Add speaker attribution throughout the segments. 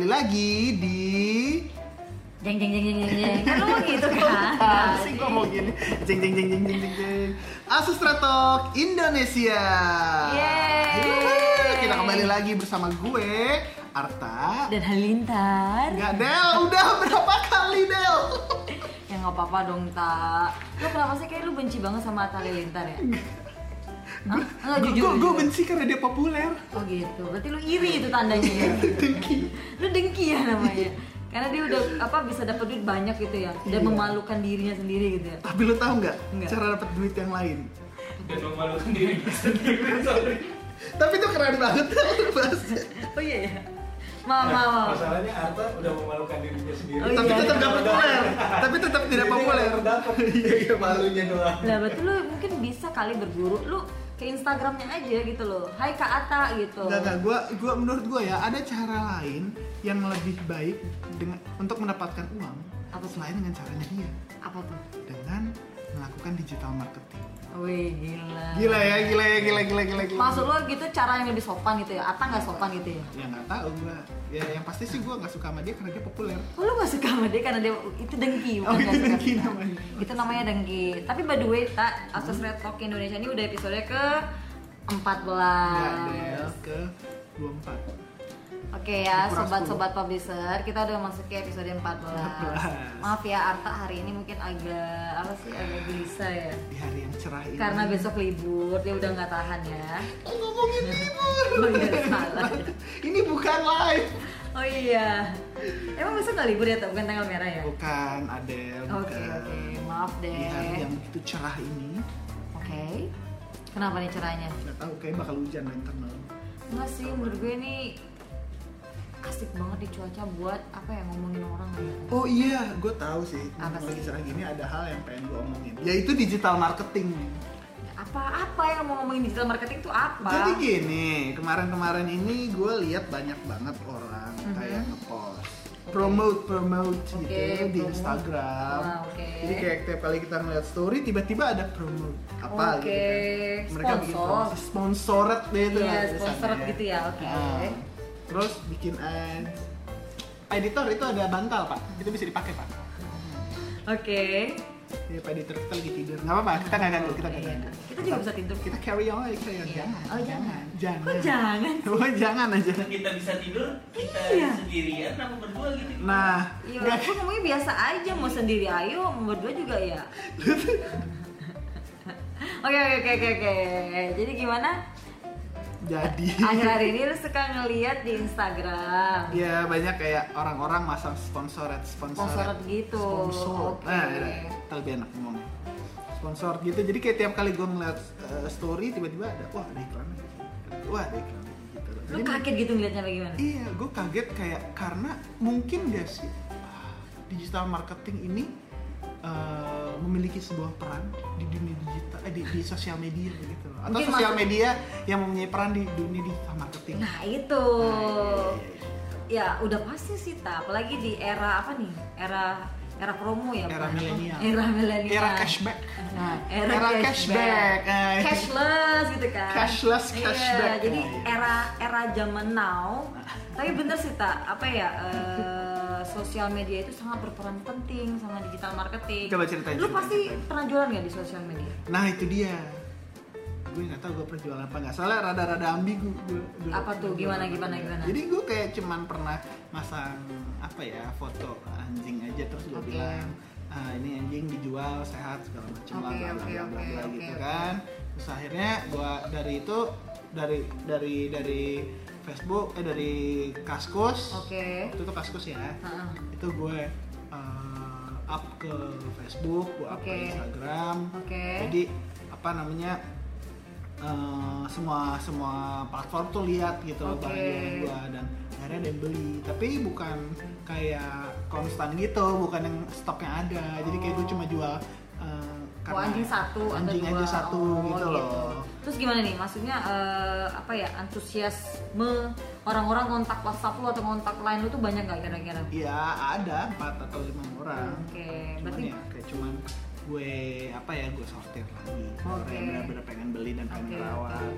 Speaker 1: lagi di
Speaker 2: Jeng jeng jeng jeng jeng jeng. Kan lu mau gitu kan?
Speaker 1: Ah, sih gua mau gini. Jeng jeng jeng jeng jeng jeng jeng. Asus Tratok Indonesia.
Speaker 2: Yeay.
Speaker 1: Yeay. Kita kembali lagi bersama gue Arta.
Speaker 2: Dan Halintar.
Speaker 1: Gak Del, udah berapa kali Del?
Speaker 2: Ya nggak apa-apa dong tak. Lu kenapa sih kayak lu benci banget sama Atta Halilintar ya? Hah? Nggak,
Speaker 1: Gue
Speaker 2: jujur,
Speaker 1: gue
Speaker 2: jujur.
Speaker 1: benci karena dia populer.
Speaker 2: Oh gitu. Berarti lu iri itu tandanya ya.
Speaker 1: Dengki.
Speaker 2: Lu dengki ya namanya. Karena dia udah apa bisa dapat duit banyak gitu ya. Dan memalukan dirinya sendiri gitu ya.
Speaker 1: Tapi lu tahu nggak
Speaker 2: Nggak.
Speaker 1: cara dapat duit yang lain?
Speaker 3: dan memalukan diri sendiri sorry
Speaker 1: Tapi itu keren banget bahasnya.
Speaker 2: Oh iya ya. Mama, mama.
Speaker 3: masalahnya Arta udah memalukan dirinya sendiri
Speaker 2: Oh, iya.
Speaker 1: Tapi tetap nggak populer. Tapi tetap tidak ya?
Speaker 3: Jadi
Speaker 1: populer.
Speaker 3: nggak dapat. iya iya malunya doang
Speaker 2: Nah, berarti lu mungkin bisa kali berguru. Lu ke Instagramnya aja gitu loh. Hai Kak Ata gitu.
Speaker 1: Gak, gak, gua, gua menurut gua ya ada cara lain yang lebih baik dengan untuk mendapatkan uang
Speaker 2: Apa tuh?
Speaker 1: selain dengan caranya dia
Speaker 2: Apa tuh?
Speaker 1: dengan melakukan digital marketing.
Speaker 2: Wih, gila.
Speaker 1: Gila ya, gila ya, gila gila gila gila.
Speaker 2: Maksud lo gitu cara yang lebih sopan gitu ya? Ata nggak sopan gitu ya?
Speaker 1: Ya nggak tahu gua. Ya yang pasti sih gua nggak suka sama dia karena dia populer.
Speaker 2: Oh, lo gak suka sama dia karena dia itu dengki bukan
Speaker 1: Oh, itu
Speaker 2: nggak suka.
Speaker 1: dengki namanya.
Speaker 2: Itu namanya dengki. Tapi by the way, tak Asus Red Talk Indonesia ini udah episode ke 14. Ah,
Speaker 1: Gadel ke 24.
Speaker 2: Oke ya,
Speaker 1: Kurang
Speaker 2: sobat-sobat publisher, kita udah masuk ke episode 14.
Speaker 1: 14.
Speaker 2: Maaf ya Arta hari ini mungkin agak apa sih agak gelisah ya.
Speaker 1: Di hari yang cerah ini.
Speaker 2: Karena besok libur, dia udah nggak tahan ya.
Speaker 1: Oh, ngomongin libur.
Speaker 2: Oh iya, salah.
Speaker 1: ini bukan live.
Speaker 2: Oh iya. Emang besok nggak libur ya, Tak? bukan tanggal merah ya? Oke,
Speaker 1: Bukan Adel, bukan.
Speaker 2: oke. Maaf deh.
Speaker 1: Di hari yang
Speaker 2: Oke.
Speaker 1: begitu cerah ini,
Speaker 2: Kenapa nih cerahnya?
Speaker 1: nggak tahu kayak bakal hujan nanti malam.
Speaker 2: Enggak sih, menurut gue ini asik banget di cuaca buat apa ya ngomongin orang ya.
Speaker 1: Oh iya, gue tahu sih.
Speaker 2: Apa
Speaker 1: Memang
Speaker 2: sih?
Speaker 1: Lagi cerah gini ada hal yang pengen gue omongin. Yaitu digital marketing.
Speaker 2: Apa-apa yang mau ngomongin digital marketing tuh apa?
Speaker 1: Jadi gini, kemarin-kemarin ini gue lihat banyak banget orang kayak ngepost promote promote
Speaker 2: Mhm. Oke,
Speaker 1: gitu di
Speaker 2: promote.
Speaker 1: Instagram.
Speaker 2: Ah, oke.
Speaker 1: Jadi kayak tiap kali kita ngeliat story, tiba-tiba ada promote apa
Speaker 2: Oke,
Speaker 1: gitu kan. Mereka bikin
Speaker 2: sponsor.
Speaker 1: promosi, sponsored deh itu.
Speaker 2: Iya,
Speaker 1: tulisannya.
Speaker 2: sponsored gitu ya, oke.
Speaker 1: Ah. Terus bikin ad. Editor itu ada bantal pak, itu bisa dipakai pak.
Speaker 2: Oke.
Speaker 1: Ya, Pak Editor kita lagi tidur. Nggak apa-apa, kita nggak ganggu, kita nggak
Speaker 2: Iya.
Speaker 1: ganggu.
Speaker 2: Kita juga bisa tidur.
Speaker 1: Kita carry on, carry on.
Speaker 2: Iya.
Speaker 1: Jangan.
Speaker 2: Oh, jangan.
Speaker 1: Jangan.
Speaker 2: Kok jangan?
Speaker 1: Oh, jangan aja.
Speaker 4: kita bisa tidur kita
Speaker 2: Iya.
Speaker 4: sendirian apa berdua gitu
Speaker 1: Nah,
Speaker 2: Iya,
Speaker 1: nggak-
Speaker 2: gue ngomongnya biasa aja, mau sendiri ayo, mau berdua juga ya. Oke oke oke oke oke. Jadi gimana?
Speaker 1: jadi
Speaker 2: Akhir-akhir ini lu suka ngeliat di Instagram.
Speaker 1: ya banyak kayak orang-orang masang sponsored, sponsored,
Speaker 2: Sponsored gitu.
Speaker 1: Sponsor.
Speaker 2: Oke.
Speaker 1: Nah, ya, ya, kita lebih enak ngomongnya. Sponsor gitu. Jadi kayak tiap kali gue ngeliat eh, story tiba-tiba ada wah ada iklannya. Wah, ada iklannya gitu. loh.
Speaker 2: Lu
Speaker 1: Jadi-
Speaker 2: kaget gitu ngeliatnya bagaimana?
Speaker 1: Iya, gue kaget kayak karena mungkin gak sih ah, digital marketing ini eh, memiliki sebuah peran di dunia digital eh, di, di sosial media gitu loh. Atau
Speaker 2: Mungkin
Speaker 1: sosial
Speaker 2: maksud-
Speaker 1: media yang mempunyai peran di dunia digital marketing.
Speaker 2: Nah itu.
Speaker 1: Nah, iya, iya,
Speaker 2: Ya udah pasti sih ta, apalagi di era apa nih? Era era promo ya.
Speaker 1: Era
Speaker 2: bukan?
Speaker 1: milenial.
Speaker 2: Era milenial.
Speaker 1: Era cashback. Nah,
Speaker 2: Era,
Speaker 1: cashback.
Speaker 2: cashback.
Speaker 1: Nah, itu-
Speaker 2: Cashless gitu kan.
Speaker 1: Cashless,
Speaker 2: Iya,
Speaker 1: cashback.
Speaker 2: jadi
Speaker 1: Nah, iya.
Speaker 2: era era zaman now. Tapi bener sih tak apa ya? eh, sosial media itu sangat berperan penting sama digital marketing.
Speaker 1: Coba ceritain,
Speaker 2: Lu
Speaker 1: ceritain,
Speaker 2: pasti
Speaker 1: ceritain.
Speaker 2: pernah jualan nggak di sosial media?
Speaker 1: Nah, itu dia. Gue nggak tahu gue perjualan apa nggak. Soalnya rada-rada ambigu. gue- gue-
Speaker 2: Apa tuh?
Speaker 1: gue-
Speaker 2: Gimana,
Speaker 1: gue-
Speaker 2: gimana,
Speaker 1: gue-
Speaker 2: gimana?
Speaker 1: Jadi gue kayak cuman pernah masang apa ya foto anjing aja terus gue
Speaker 2: Oke.
Speaker 1: bilang "Ah, ini anjing dijual sehat segala macam lah
Speaker 2: Oke,
Speaker 1: bla bla
Speaker 2: oke,
Speaker 1: bla bla
Speaker 2: oke,
Speaker 1: bla
Speaker 2: oke,
Speaker 1: gitu
Speaker 2: oke.
Speaker 1: kan. Terus akhirnya gue dari itu dari dari dari Facebook eh dari Kaskus.
Speaker 2: Oke.
Speaker 1: Itu tuh Kaskus ya
Speaker 2: Heeh.
Speaker 1: itu gue uh, up ke Facebook, gue up
Speaker 2: Oke.
Speaker 1: ke Instagram.
Speaker 2: Oke.
Speaker 1: Jadi apa namanya uh, semua semua platform tuh lihat gitu loh
Speaker 2: Oke.
Speaker 1: barang-barang gue dan akhirnya ada yang beli. Tapi bukan kayak konstan gitu, bukan yang stoknya ada. Jadi kayak gue cuma jual uh,
Speaker 2: Oh,
Speaker 1: karena-
Speaker 2: anjing satu atau
Speaker 1: anjing
Speaker 2: dua.
Speaker 1: aja satu
Speaker 2: Oh,
Speaker 1: gitu loh.
Speaker 2: Terus gimana nih? Maksudnya eh, apa ya? Antusiasme orang-orang kontak WhatsApp lu atau kontak lain lu tuh banyak gak kira-kira?
Speaker 1: Iya ada empat atau lima orang.
Speaker 2: Oke,
Speaker 1: Cuman
Speaker 2: berarti-
Speaker 1: ya kayak cuman gue apa ya gue sortir lagi. Orang
Speaker 2: Oke.
Speaker 1: yang benar-benar pengen beli dan pengen
Speaker 2: Oke,
Speaker 1: rawat.
Speaker 2: oke.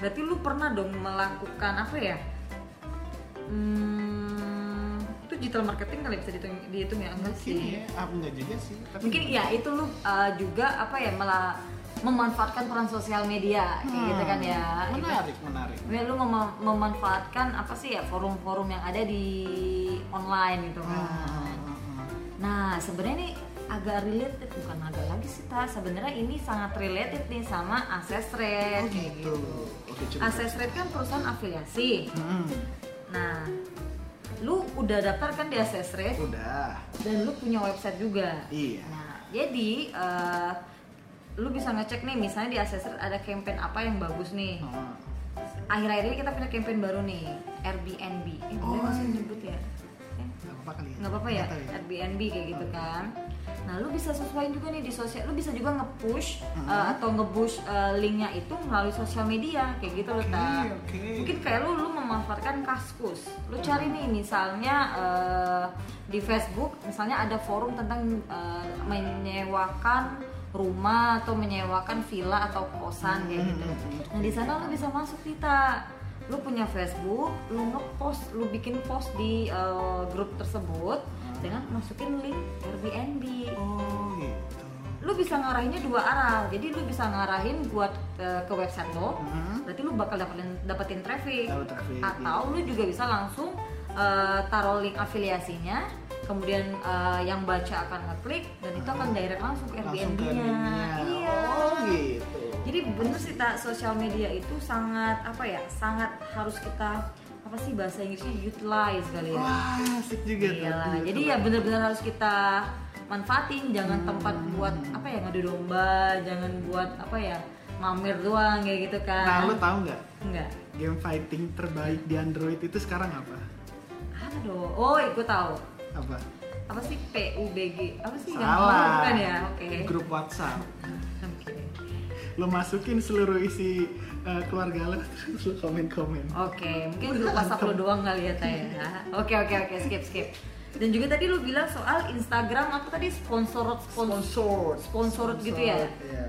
Speaker 2: Berarti lu pernah dong melakukan apa ya? Hmm, digital marketing kali bisa dihitung, dihitung ya enggak
Speaker 1: mungkin
Speaker 2: sih
Speaker 1: ya ah, enggak juga sih tapi
Speaker 2: mungkin ya itu lu uh, juga apa ya malah memanfaatkan peran sosial media kayak gitu kan ya
Speaker 1: Hmm, menarik menarik
Speaker 2: Ya, lu mem- memanfaatkan apa sih ya forum-forum yang ada di online gitu kan.
Speaker 1: Ah.
Speaker 2: Nah, sebenarnya ini agak related bukan agak lagi sih ta. Sebenarnya ini sangat related nih sama Access
Speaker 1: Oh,
Speaker 2: Rate. kayak
Speaker 1: gitu. Oke, coba.
Speaker 2: Access Rate kan perusahaan afiliasi.
Speaker 1: Hmm,
Speaker 2: Nah, lu udah daftar kan di Access Rate
Speaker 1: udah.
Speaker 2: dan lu punya website juga.
Speaker 1: Iya.
Speaker 2: Nah, jadi eh, lu bisa ngecek nih misalnya di Access Rate ada campaign apa yang bagus nih.
Speaker 1: Hmm.
Speaker 2: akhir-akhir ini kita punya campaign baru nih Airbnb eh, boleh
Speaker 1: Oh,
Speaker 2: masih
Speaker 1: iya.
Speaker 2: nyebut ya Eh,
Speaker 1: Gak apa-apa kali ya?
Speaker 2: nggak apa-apa ya
Speaker 1: tahu
Speaker 2: Airbnb kayak gitu
Speaker 1: Oke.
Speaker 2: kan nah lu bisa sesuaiin juga nih di sosial lu bisa juga nge-push
Speaker 1: Mhm.
Speaker 2: eh, atau nge-push eh, linknya itu melalui sosial media kayak gitu loh
Speaker 1: Oke,
Speaker 2: Ta.
Speaker 1: oke.
Speaker 2: mungkin kayak lu lu memanfaatkan kaskus lu cari nih misalnya eh, di Facebook misalnya ada forum tentang eh, menyewakan rumah atau menyewakan villa atau kosan kayak
Speaker 1: Mhm,
Speaker 2: gitu
Speaker 1: mhm.
Speaker 2: nah di sana lu bisa masuk kita lu punya Facebook lu ngepost lu bikin post di eh, grup tersebut dengan masukin link Airbnb
Speaker 1: Oh gitu.
Speaker 2: lu bisa ngarahinnya dua arah jadi lu bisa ngarahin buat eh, ke website lo
Speaker 1: Hmm.
Speaker 2: berarti lu bakal dapetin dapetin traffic
Speaker 1: Dapat traffic,
Speaker 2: atau
Speaker 1: iya.
Speaker 2: lu juga bisa langsung eh, taruh link afiliasinya kemudian eh, yang baca akan ngeklik dan itu akan direct langsung ke
Speaker 1: Langsung
Speaker 2: Airbnb
Speaker 1: ke
Speaker 2: nya
Speaker 1: dunia.
Speaker 2: iya
Speaker 1: Oh gitu.
Speaker 2: jadi bener sih tak sosial media itu sangat apa ya sangat harus kita apa sih bahasa Inggrisnya utilize kali ya
Speaker 1: Wah asik juga tuh.
Speaker 2: Iyalah,
Speaker 1: Iya,
Speaker 2: jadi
Speaker 1: coba.
Speaker 2: ya benar-benar harus kita manfaatin, jangan tempat buat apa ya ngadu domba, jangan buat apa ya mamer doang kayak gitu kan.
Speaker 1: Nah lu tahu nggak
Speaker 2: Enggak.
Speaker 1: game fighting terbaik di Android itu sekarang apa?
Speaker 2: Apa dong? Oh, ikut tahu.
Speaker 1: Apa?
Speaker 2: Apa sih PUBG? Apa sih? Nggak tahu,
Speaker 1: Salah.
Speaker 2: Bukan ya? Oke.
Speaker 1: Grup WhatsApp.
Speaker 2: Oke.
Speaker 1: Lu masukin seluruh isi eh, keluarga lu terus lu komen-komen.
Speaker 2: Oke, mungkin grup WhatsApp lu doang kali ya Taya. Oke, oke, oke, skip, skip. Dan juga tadi lu bilang soal Instagram aku tadi sponsor sponsor
Speaker 1: Sponsored.
Speaker 2: Sponsored gitu ya?
Speaker 1: Iya.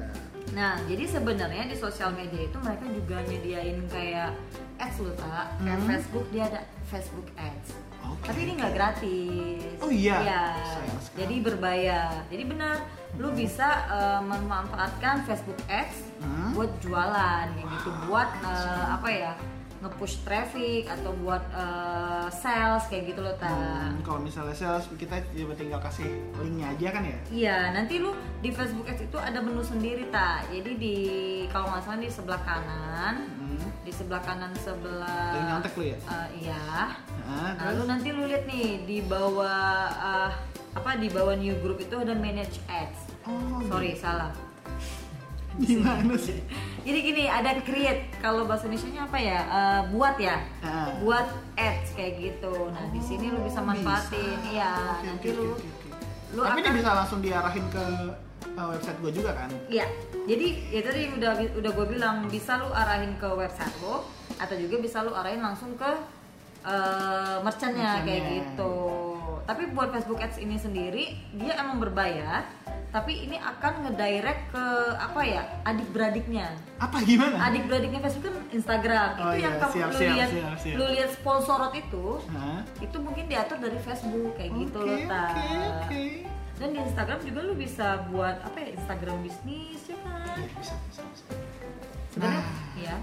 Speaker 2: Nah, jadi sebenarnya di sosial media itu mereka juga nyediain kayak ads loh, tak? Kayak
Speaker 1: Hmm.
Speaker 2: Facebook dia ada Facebook ads.
Speaker 1: Oke.
Speaker 2: Tapi ini nggak gratis.
Speaker 1: Oh iya. Sayang sekali.
Speaker 2: Jadi berbayar. Jadi benar, lu bisa eh, memanfaatkan Facebook ads
Speaker 1: Hmm.
Speaker 2: buat jualan kayak gitu, buat eh, apa ya? nge-push traffic atau buat eh, sales kayak gitu loh, tak?
Speaker 1: Hmm, kalau misalnya sales kita coba tinggal kasih linknya aja kan ya?
Speaker 2: Iya, nanti lu di Facebook Ads itu ada menu sendiri tak. Jadi di kalau nggak salah di sebelah kanan,
Speaker 1: Hmm.
Speaker 2: di sebelah kanan sebelah.
Speaker 1: Jadi nyontek lu ya?
Speaker 2: Eh, iya.
Speaker 1: Nah,
Speaker 2: Nah,
Speaker 1: terus?
Speaker 2: lu nanti lu lihat nih di bawah eh, apa di bawah new group itu ada manage ads.
Speaker 1: Oh,
Speaker 2: Sorry, salah.
Speaker 1: Gimana sih?
Speaker 2: Jadi gini, ada create kalau bahasa Indonesia-nya apa ya? Eh, buat ya.
Speaker 1: Ah. Oh,
Speaker 2: Buat ads kayak gitu. Nah, di sini lu bisa manfaatin.
Speaker 1: Bisa.
Speaker 2: Iya,
Speaker 1: Oke,
Speaker 2: nanti
Speaker 1: oke,
Speaker 2: lu
Speaker 1: oke, oke.
Speaker 2: lu
Speaker 1: Tapi ini
Speaker 2: akan-
Speaker 1: bisa langsung diarahin ke uh, website gue juga kan?
Speaker 2: Iya, jadi ya tadi udah udah gue bilang bisa lu arahin ke website lo atau juga bisa lu arahin langsung ke eh, merchantnya kayak
Speaker 1: Merchantnya.
Speaker 2: gitu. Tapi buat Facebook Ads ini sendiri dia emang berbayar, tapi ini akan ngedirect ke apa ya adik beradiknya.
Speaker 1: Apa gimana?
Speaker 2: Adik beradiknya Facebook kan Instagram
Speaker 1: Oh
Speaker 2: itu yang
Speaker 1: iya,
Speaker 2: kamu
Speaker 1: siap,
Speaker 2: lu
Speaker 1: siap,
Speaker 2: lihat
Speaker 1: siap, siap.
Speaker 2: lu lihat sponsorot itu
Speaker 1: Hah?
Speaker 2: itu mungkin diatur dari Facebook kayak gitu
Speaker 1: Oke,
Speaker 2: loh Ta.
Speaker 1: Oke, oke.
Speaker 2: Dan di Instagram juga lu bisa buat apa ya Instagram bisnis ya kan?
Speaker 1: Ya, bisa, bisa, bisa.
Speaker 2: Sebenarnya
Speaker 1: Nah.
Speaker 2: ya.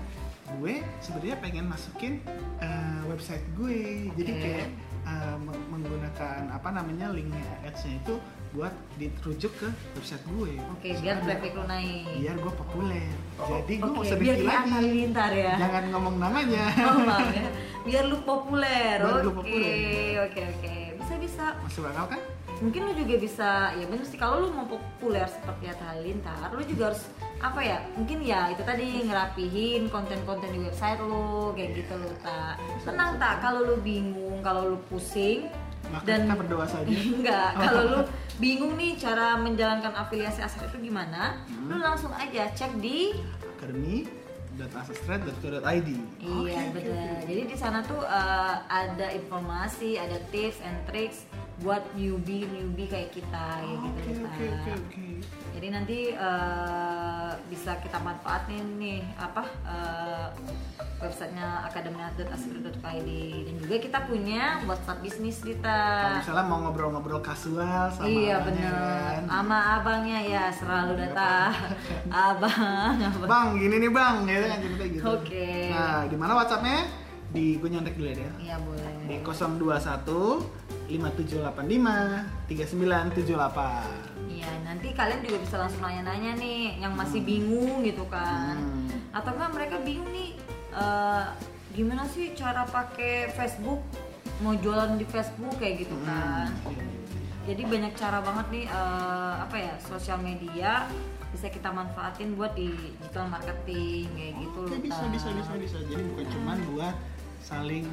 Speaker 1: Gue sebenarnya pengen masukin uh, website gue, jadi
Speaker 2: Oke.
Speaker 1: kayak uh, meng- menggunakan apa namanya linknya ads-nya itu buat dirujuk ke website gue.
Speaker 2: Oke, biar
Speaker 1: Soalnya
Speaker 2: traffic lu naik.
Speaker 1: biar gue populer
Speaker 3: Oh,
Speaker 1: jadi gue
Speaker 2: Oke,
Speaker 1: mau sedikit
Speaker 2: biar
Speaker 1: lagi
Speaker 2: diakalin ntar ya.
Speaker 1: jangan ngomong namanya
Speaker 2: Oh, maaf ya. Biar lu populer.
Speaker 1: Biar lu
Speaker 2: Oke,
Speaker 1: populer.
Speaker 2: oke, oke. Bisa bisa.
Speaker 1: masuk akal kan
Speaker 2: Mungkin lu juga bisa ya bener sih kalau lu mau populer seperti Atalin ntar lu juga harus apa ya? Mungkin ya itu tadi ngerapihin konten-konten di website lu kayak gitu lu tak.
Speaker 1: Iya.
Speaker 2: Tenang tak kalau lu bingung, kalau lu pusing
Speaker 1: maka
Speaker 2: dan
Speaker 1: kita berdoa saja
Speaker 2: Enggak,
Speaker 1: Oh.
Speaker 2: kalau lu bingung nih cara menjalankan afiliasi aset itu gimana,
Speaker 1: Hmm.
Speaker 2: lu langsung aja cek di
Speaker 1: academy.asestrad.co.id
Speaker 2: Iya, betul. Jadi di sana tuh eh, ada informasi, ada tips and tricks buat newbie-newbie kayak kita kayak
Speaker 1: oke
Speaker 2: gitu. Kak.
Speaker 1: oke oke oke
Speaker 2: Jadi nanti eh, bisa kita manfaatin nih apa eh, websitenya akademi.aspir.id dan juga kita punya WhatsApp bisnis
Speaker 1: Kalau
Speaker 2: kita.
Speaker 1: misalnya mau ngobrol-ngobrol kasual sama
Speaker 2: iya
Speaker 1: abangnya
Speaker 2: bener
Speaker 1: kan. Iya,
Speaker 2: sama abangnya ya selalu datang abang abang
Speaker 1: Bang, gini nih bang, gitu kan cerita gitu.
Speaker 2: Oke.
Speaker 1: Nah, di mana WhatsAppnya? Di gue nyontek dulu ya. Del.
Speaker 2: iya
Speaker 1: Di
Speaker 2: boleh
Speaker 1: 021 5785 3978.
Speaker 2: iya nanti kalian juga bisa langsung nanya-nanya nih yang masih bingung gitu kan
Speaker 1: Hmm.
Speaker 2: atau enggak mereka bingung nih eh, gimana sih cara pakai Facebook mau jualan di Facebook kayak
Speaker 1: Hmm.
Speaker 2: gitu kan jadi banyak cara banget nih eh, apa ya sosial media bisa kita manfaatin buat di digital marketing kayak gitu
Speaker 1: Oke,
Speaker 2: loh
Speaker 1: bisa,
Speaker 2: Tan.
Speaker 1: bisa, bisa, bisa. Jadi
Speaker 2: Nah.
Speaker 1: bukan cuman buat saling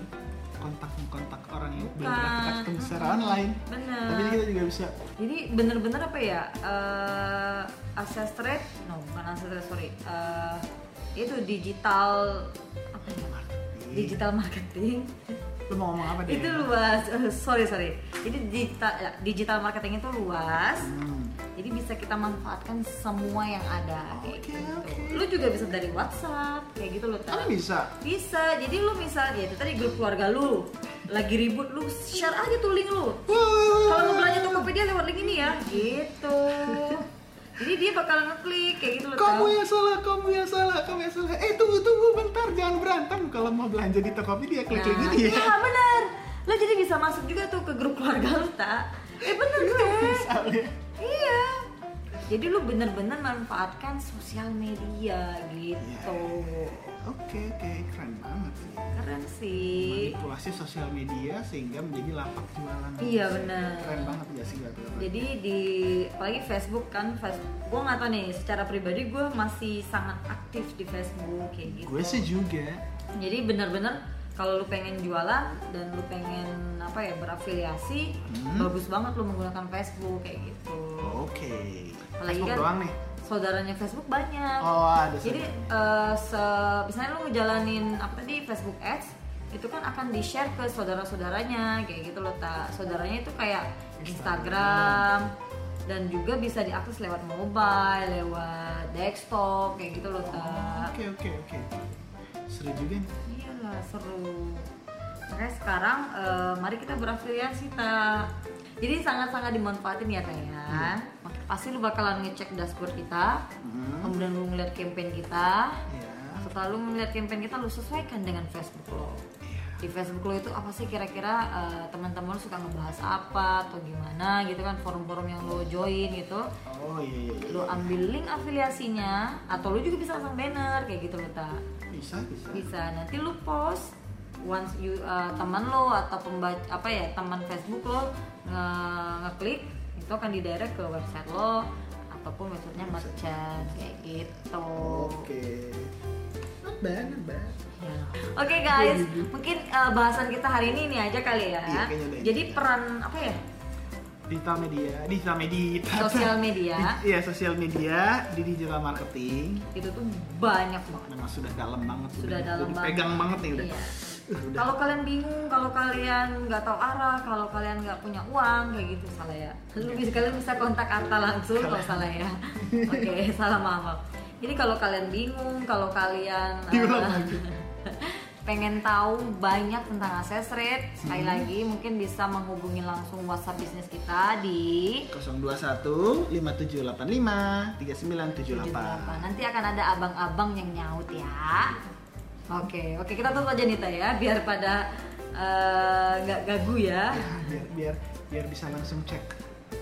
Speaker 1: kontak-kontak orang yang belum pernah kita
Speaker 2: Bukan.
Speaker 1: ketemu secara online.
Speaker 2: Bener.
Speaker 1: Tapi kita juga bisa
Speaker 2: Jadi bener-bener apa ya eh access rate, no bukan access rate sorry, Eh, itu digital apa ya?
Speaker 1: marketing.
Speaker 2: Digital marketing
Speaker 1: Lu mau ngomong apa deh?
Speaker 2: itu luas, Eh, sorry sorry. Jadi digital ya, digital marketing itu luas.
Speaker 1: Hmm.
Speaker 2: Jadi bisa kita manfaatkan semua yang ada kayak
Speaker 1: Oke,
Speaker 2: gitu.
Speaker 1: oke.
Speaker 2: Lu juga bisa dari WhatsApp kayak gitu loh.
Speaker 1: Kan bisa.
Speaker 2: Bisa. Jadi lu misal ya itu tadi grup keluarga lu lagi ribut lu share aja tuh link lu. Kalau mau belanja Tokopedia lewat link ini ya, gitu. Jadi dia bakal ngeklik kayak gitu loh.
Speaker 1: Kamu
Speaker 2: Tau.
Speaker 1: yang salah, kamu yang salah, kamu yang salah. Eh tunggu tunggu bentar, jangan berantem. Kalau mau belanja di Tokopedia klik link
Speaker 2: Nah,
Speaker 1: ini ya.
Speaker 2: Iya benar. Lo jadi bisa masuk juga tuh ke grup keluarga lu tak? Eh bener gue.
Speaker 1: Misalnya.
Speaker 2: iya. Jadi lu bener-bener manfaatkan sosial media gitu.
Speaker 1: Oke oke keren banget sih.
Speaker 2: Keren sih.
Speaker 1: Manipulasi sosial media sehingga menjadi lapak jualan.
Speaker 2: Iya, benar.
Speaker 1: Keren banget ya sih gak
Speaker 2: Jadi di apalagi Facebook kan, Facebook, gue nggak tau nih. Secara pribadi gue masih sangat aktif di Facebook kayak gitu.
Speaker 1: gue sih juga.
Speaker 2: jadi bener-bener kalau lu pengen jualan dan lu pengen apa ya berafiliasi
Speaker 1: Hmm. Oh.
Speaker 2: bagus banget lu menggunakan Facebook kayak gitu
Speaker 1: Oke.
Speaker 2: Apalagi
Speaker 1: Facebook
Speaker 2: kan-
Speaker 1: doang nih.
Speaker 2: saudaranya Facebook banyak
Speaker 1: Oh ada.
Speaker 2: jadi
Speaker 1: satu.
Speaker 2: eh, se- misalnya lu ngejalanin apa tadi Facebook Ads itu kan akan di share ke saudara-saudaranya kayak gitu loh tak saudaranya itu kayak Instagram dan juga bisa diakses lewat mobile lewat desktop kayak gitu loh tak
Speaker 1: Oke oke oke. Seru juga nih.
Speaker 2: Iyalah seru. Makanya sekarang eh, mari kita berafiliasi ta. Jadi sangat-sangat dimanfaatin ya Teh ya. Mak- Pasti lu bakalan ngecek dashboard kita,
Speaker 1: Hmm.
Speaker 2: kemudian lu ngeliat campaign kita.
Speaker 1: Ya.
Speaker 2: Setelah lu ngeliat campaign kita, lu sesuaikan dengan Facebook lo.
Speaker 1: Iya.
Speaker 2: Di Facebook lo itu apa sih kira-kira eh, teman-teman lu suka ngebahas apa atau gimana gitu kan forum-forum yang lo join gitu
Speaker 1: Oh iya iya. iya.
Speaker 2: lu ambil link afiliasinya atau lu juga bisa pasang banner kayak gitu loh ta
Speaker 1: bisa bisa.
Speaker 2: bisa nanti lu post once you uh, teman lo atau pembaca apa ya teman Facebook lo nge ngeklik itu akan didirect ke website lo ataupun websitenya merchant kayak gitu
Speaker 1: Oke. Not bad, not bad.
Speaker 2: Ya. oke guys mungkin uh, bahasan kita hari ini ini aja kali ya
Speaker 1: Iya, kayaknya udah ini
Speaker 2: jadi
Speaker 1: aja.
Speaker 2: peran apa ya
Speaker 1: Digital media, digital media.
Speaker 2: sosial media
Speaker 1: Di- Iya, sosial media di digital marketing
Speaker 2: itu tuh banyak banget
Speaker 1: memang sudah dalam banget,
Speaker 2: sudah dalam
Speaker 1: udah dipegang banget nih udah.
Speaker 2: Iya.
Speaker 1: Uh, udah.
Speaker 2: Kalau kalian bingung, kalau kalian nggak tahu arah, kalau kalian nggak punya uang kayak gitu salah ya.
Speaker 1: Iya.
Speaker 2: Lu bisa kalian bisa kontak Arta langsung kalau salah ya. Oke, salah maaf. maaf. Jadi kalau kalian bingung, kalau kalian eh,
Speaker 1: Diulang lagi.
Speaker 2: pengen tahu banyak tentang akses rate, sekali
Speaker 1: Hmm.
Speaker 2: lagi mungkin bisa menghubungi langsung WhatsApp bisnis kita di
Speaker 1: 021 5785
Speaker 2: 78.
Speaker 1: 3978.
Speaker 2: Nanti akan ada abang-abang yang nyaut ya. Oke, oke kita tutup aja Nita ya, biar pada eh, nggak gagu ya.
Speaker 1: Biar biar biar bisa langsung cek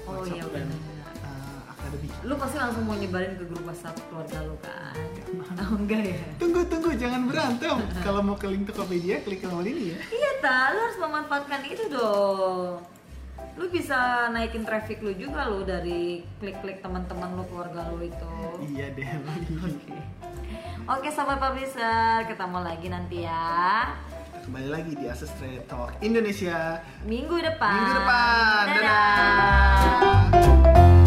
Speaker 2: Oh
Speaker 1: WhatsApp
Speaker 2: iya
Speaker 1: dan
Speaker 2: benar.
Speaker 1: uh, akademi.
Speaker 2: Lu pasti langsung mau nyebarin ke grup WhatsApp keluarga lu kan?
Speaker 1: Jangan.
Speaker 2: Oh enggak ya?
Speaker 1: Tunggu tunggu jangan berantem. Kalau mau ke link Tokopedia klik yang ini ya.
Speaker 2: Iya ta, lu harus memanfaatkan itu dong. Lu bisa naikin traffic lu juga lo dari klik-klik teman-teman lu keluarga lu itu.
Speaker 1: Iya deh.
Speaker 2: Oh. Oke. Oke sahabat publisher, ketemu lagi nanti ya.
Speaker 1: Kembali lagi di Asus Trade Talk Indonesia
Speaker 2: Minggu depan.
Speaker 1: minggu depan.
Speaker 2: Dadah.
Speaker 1: Dadah.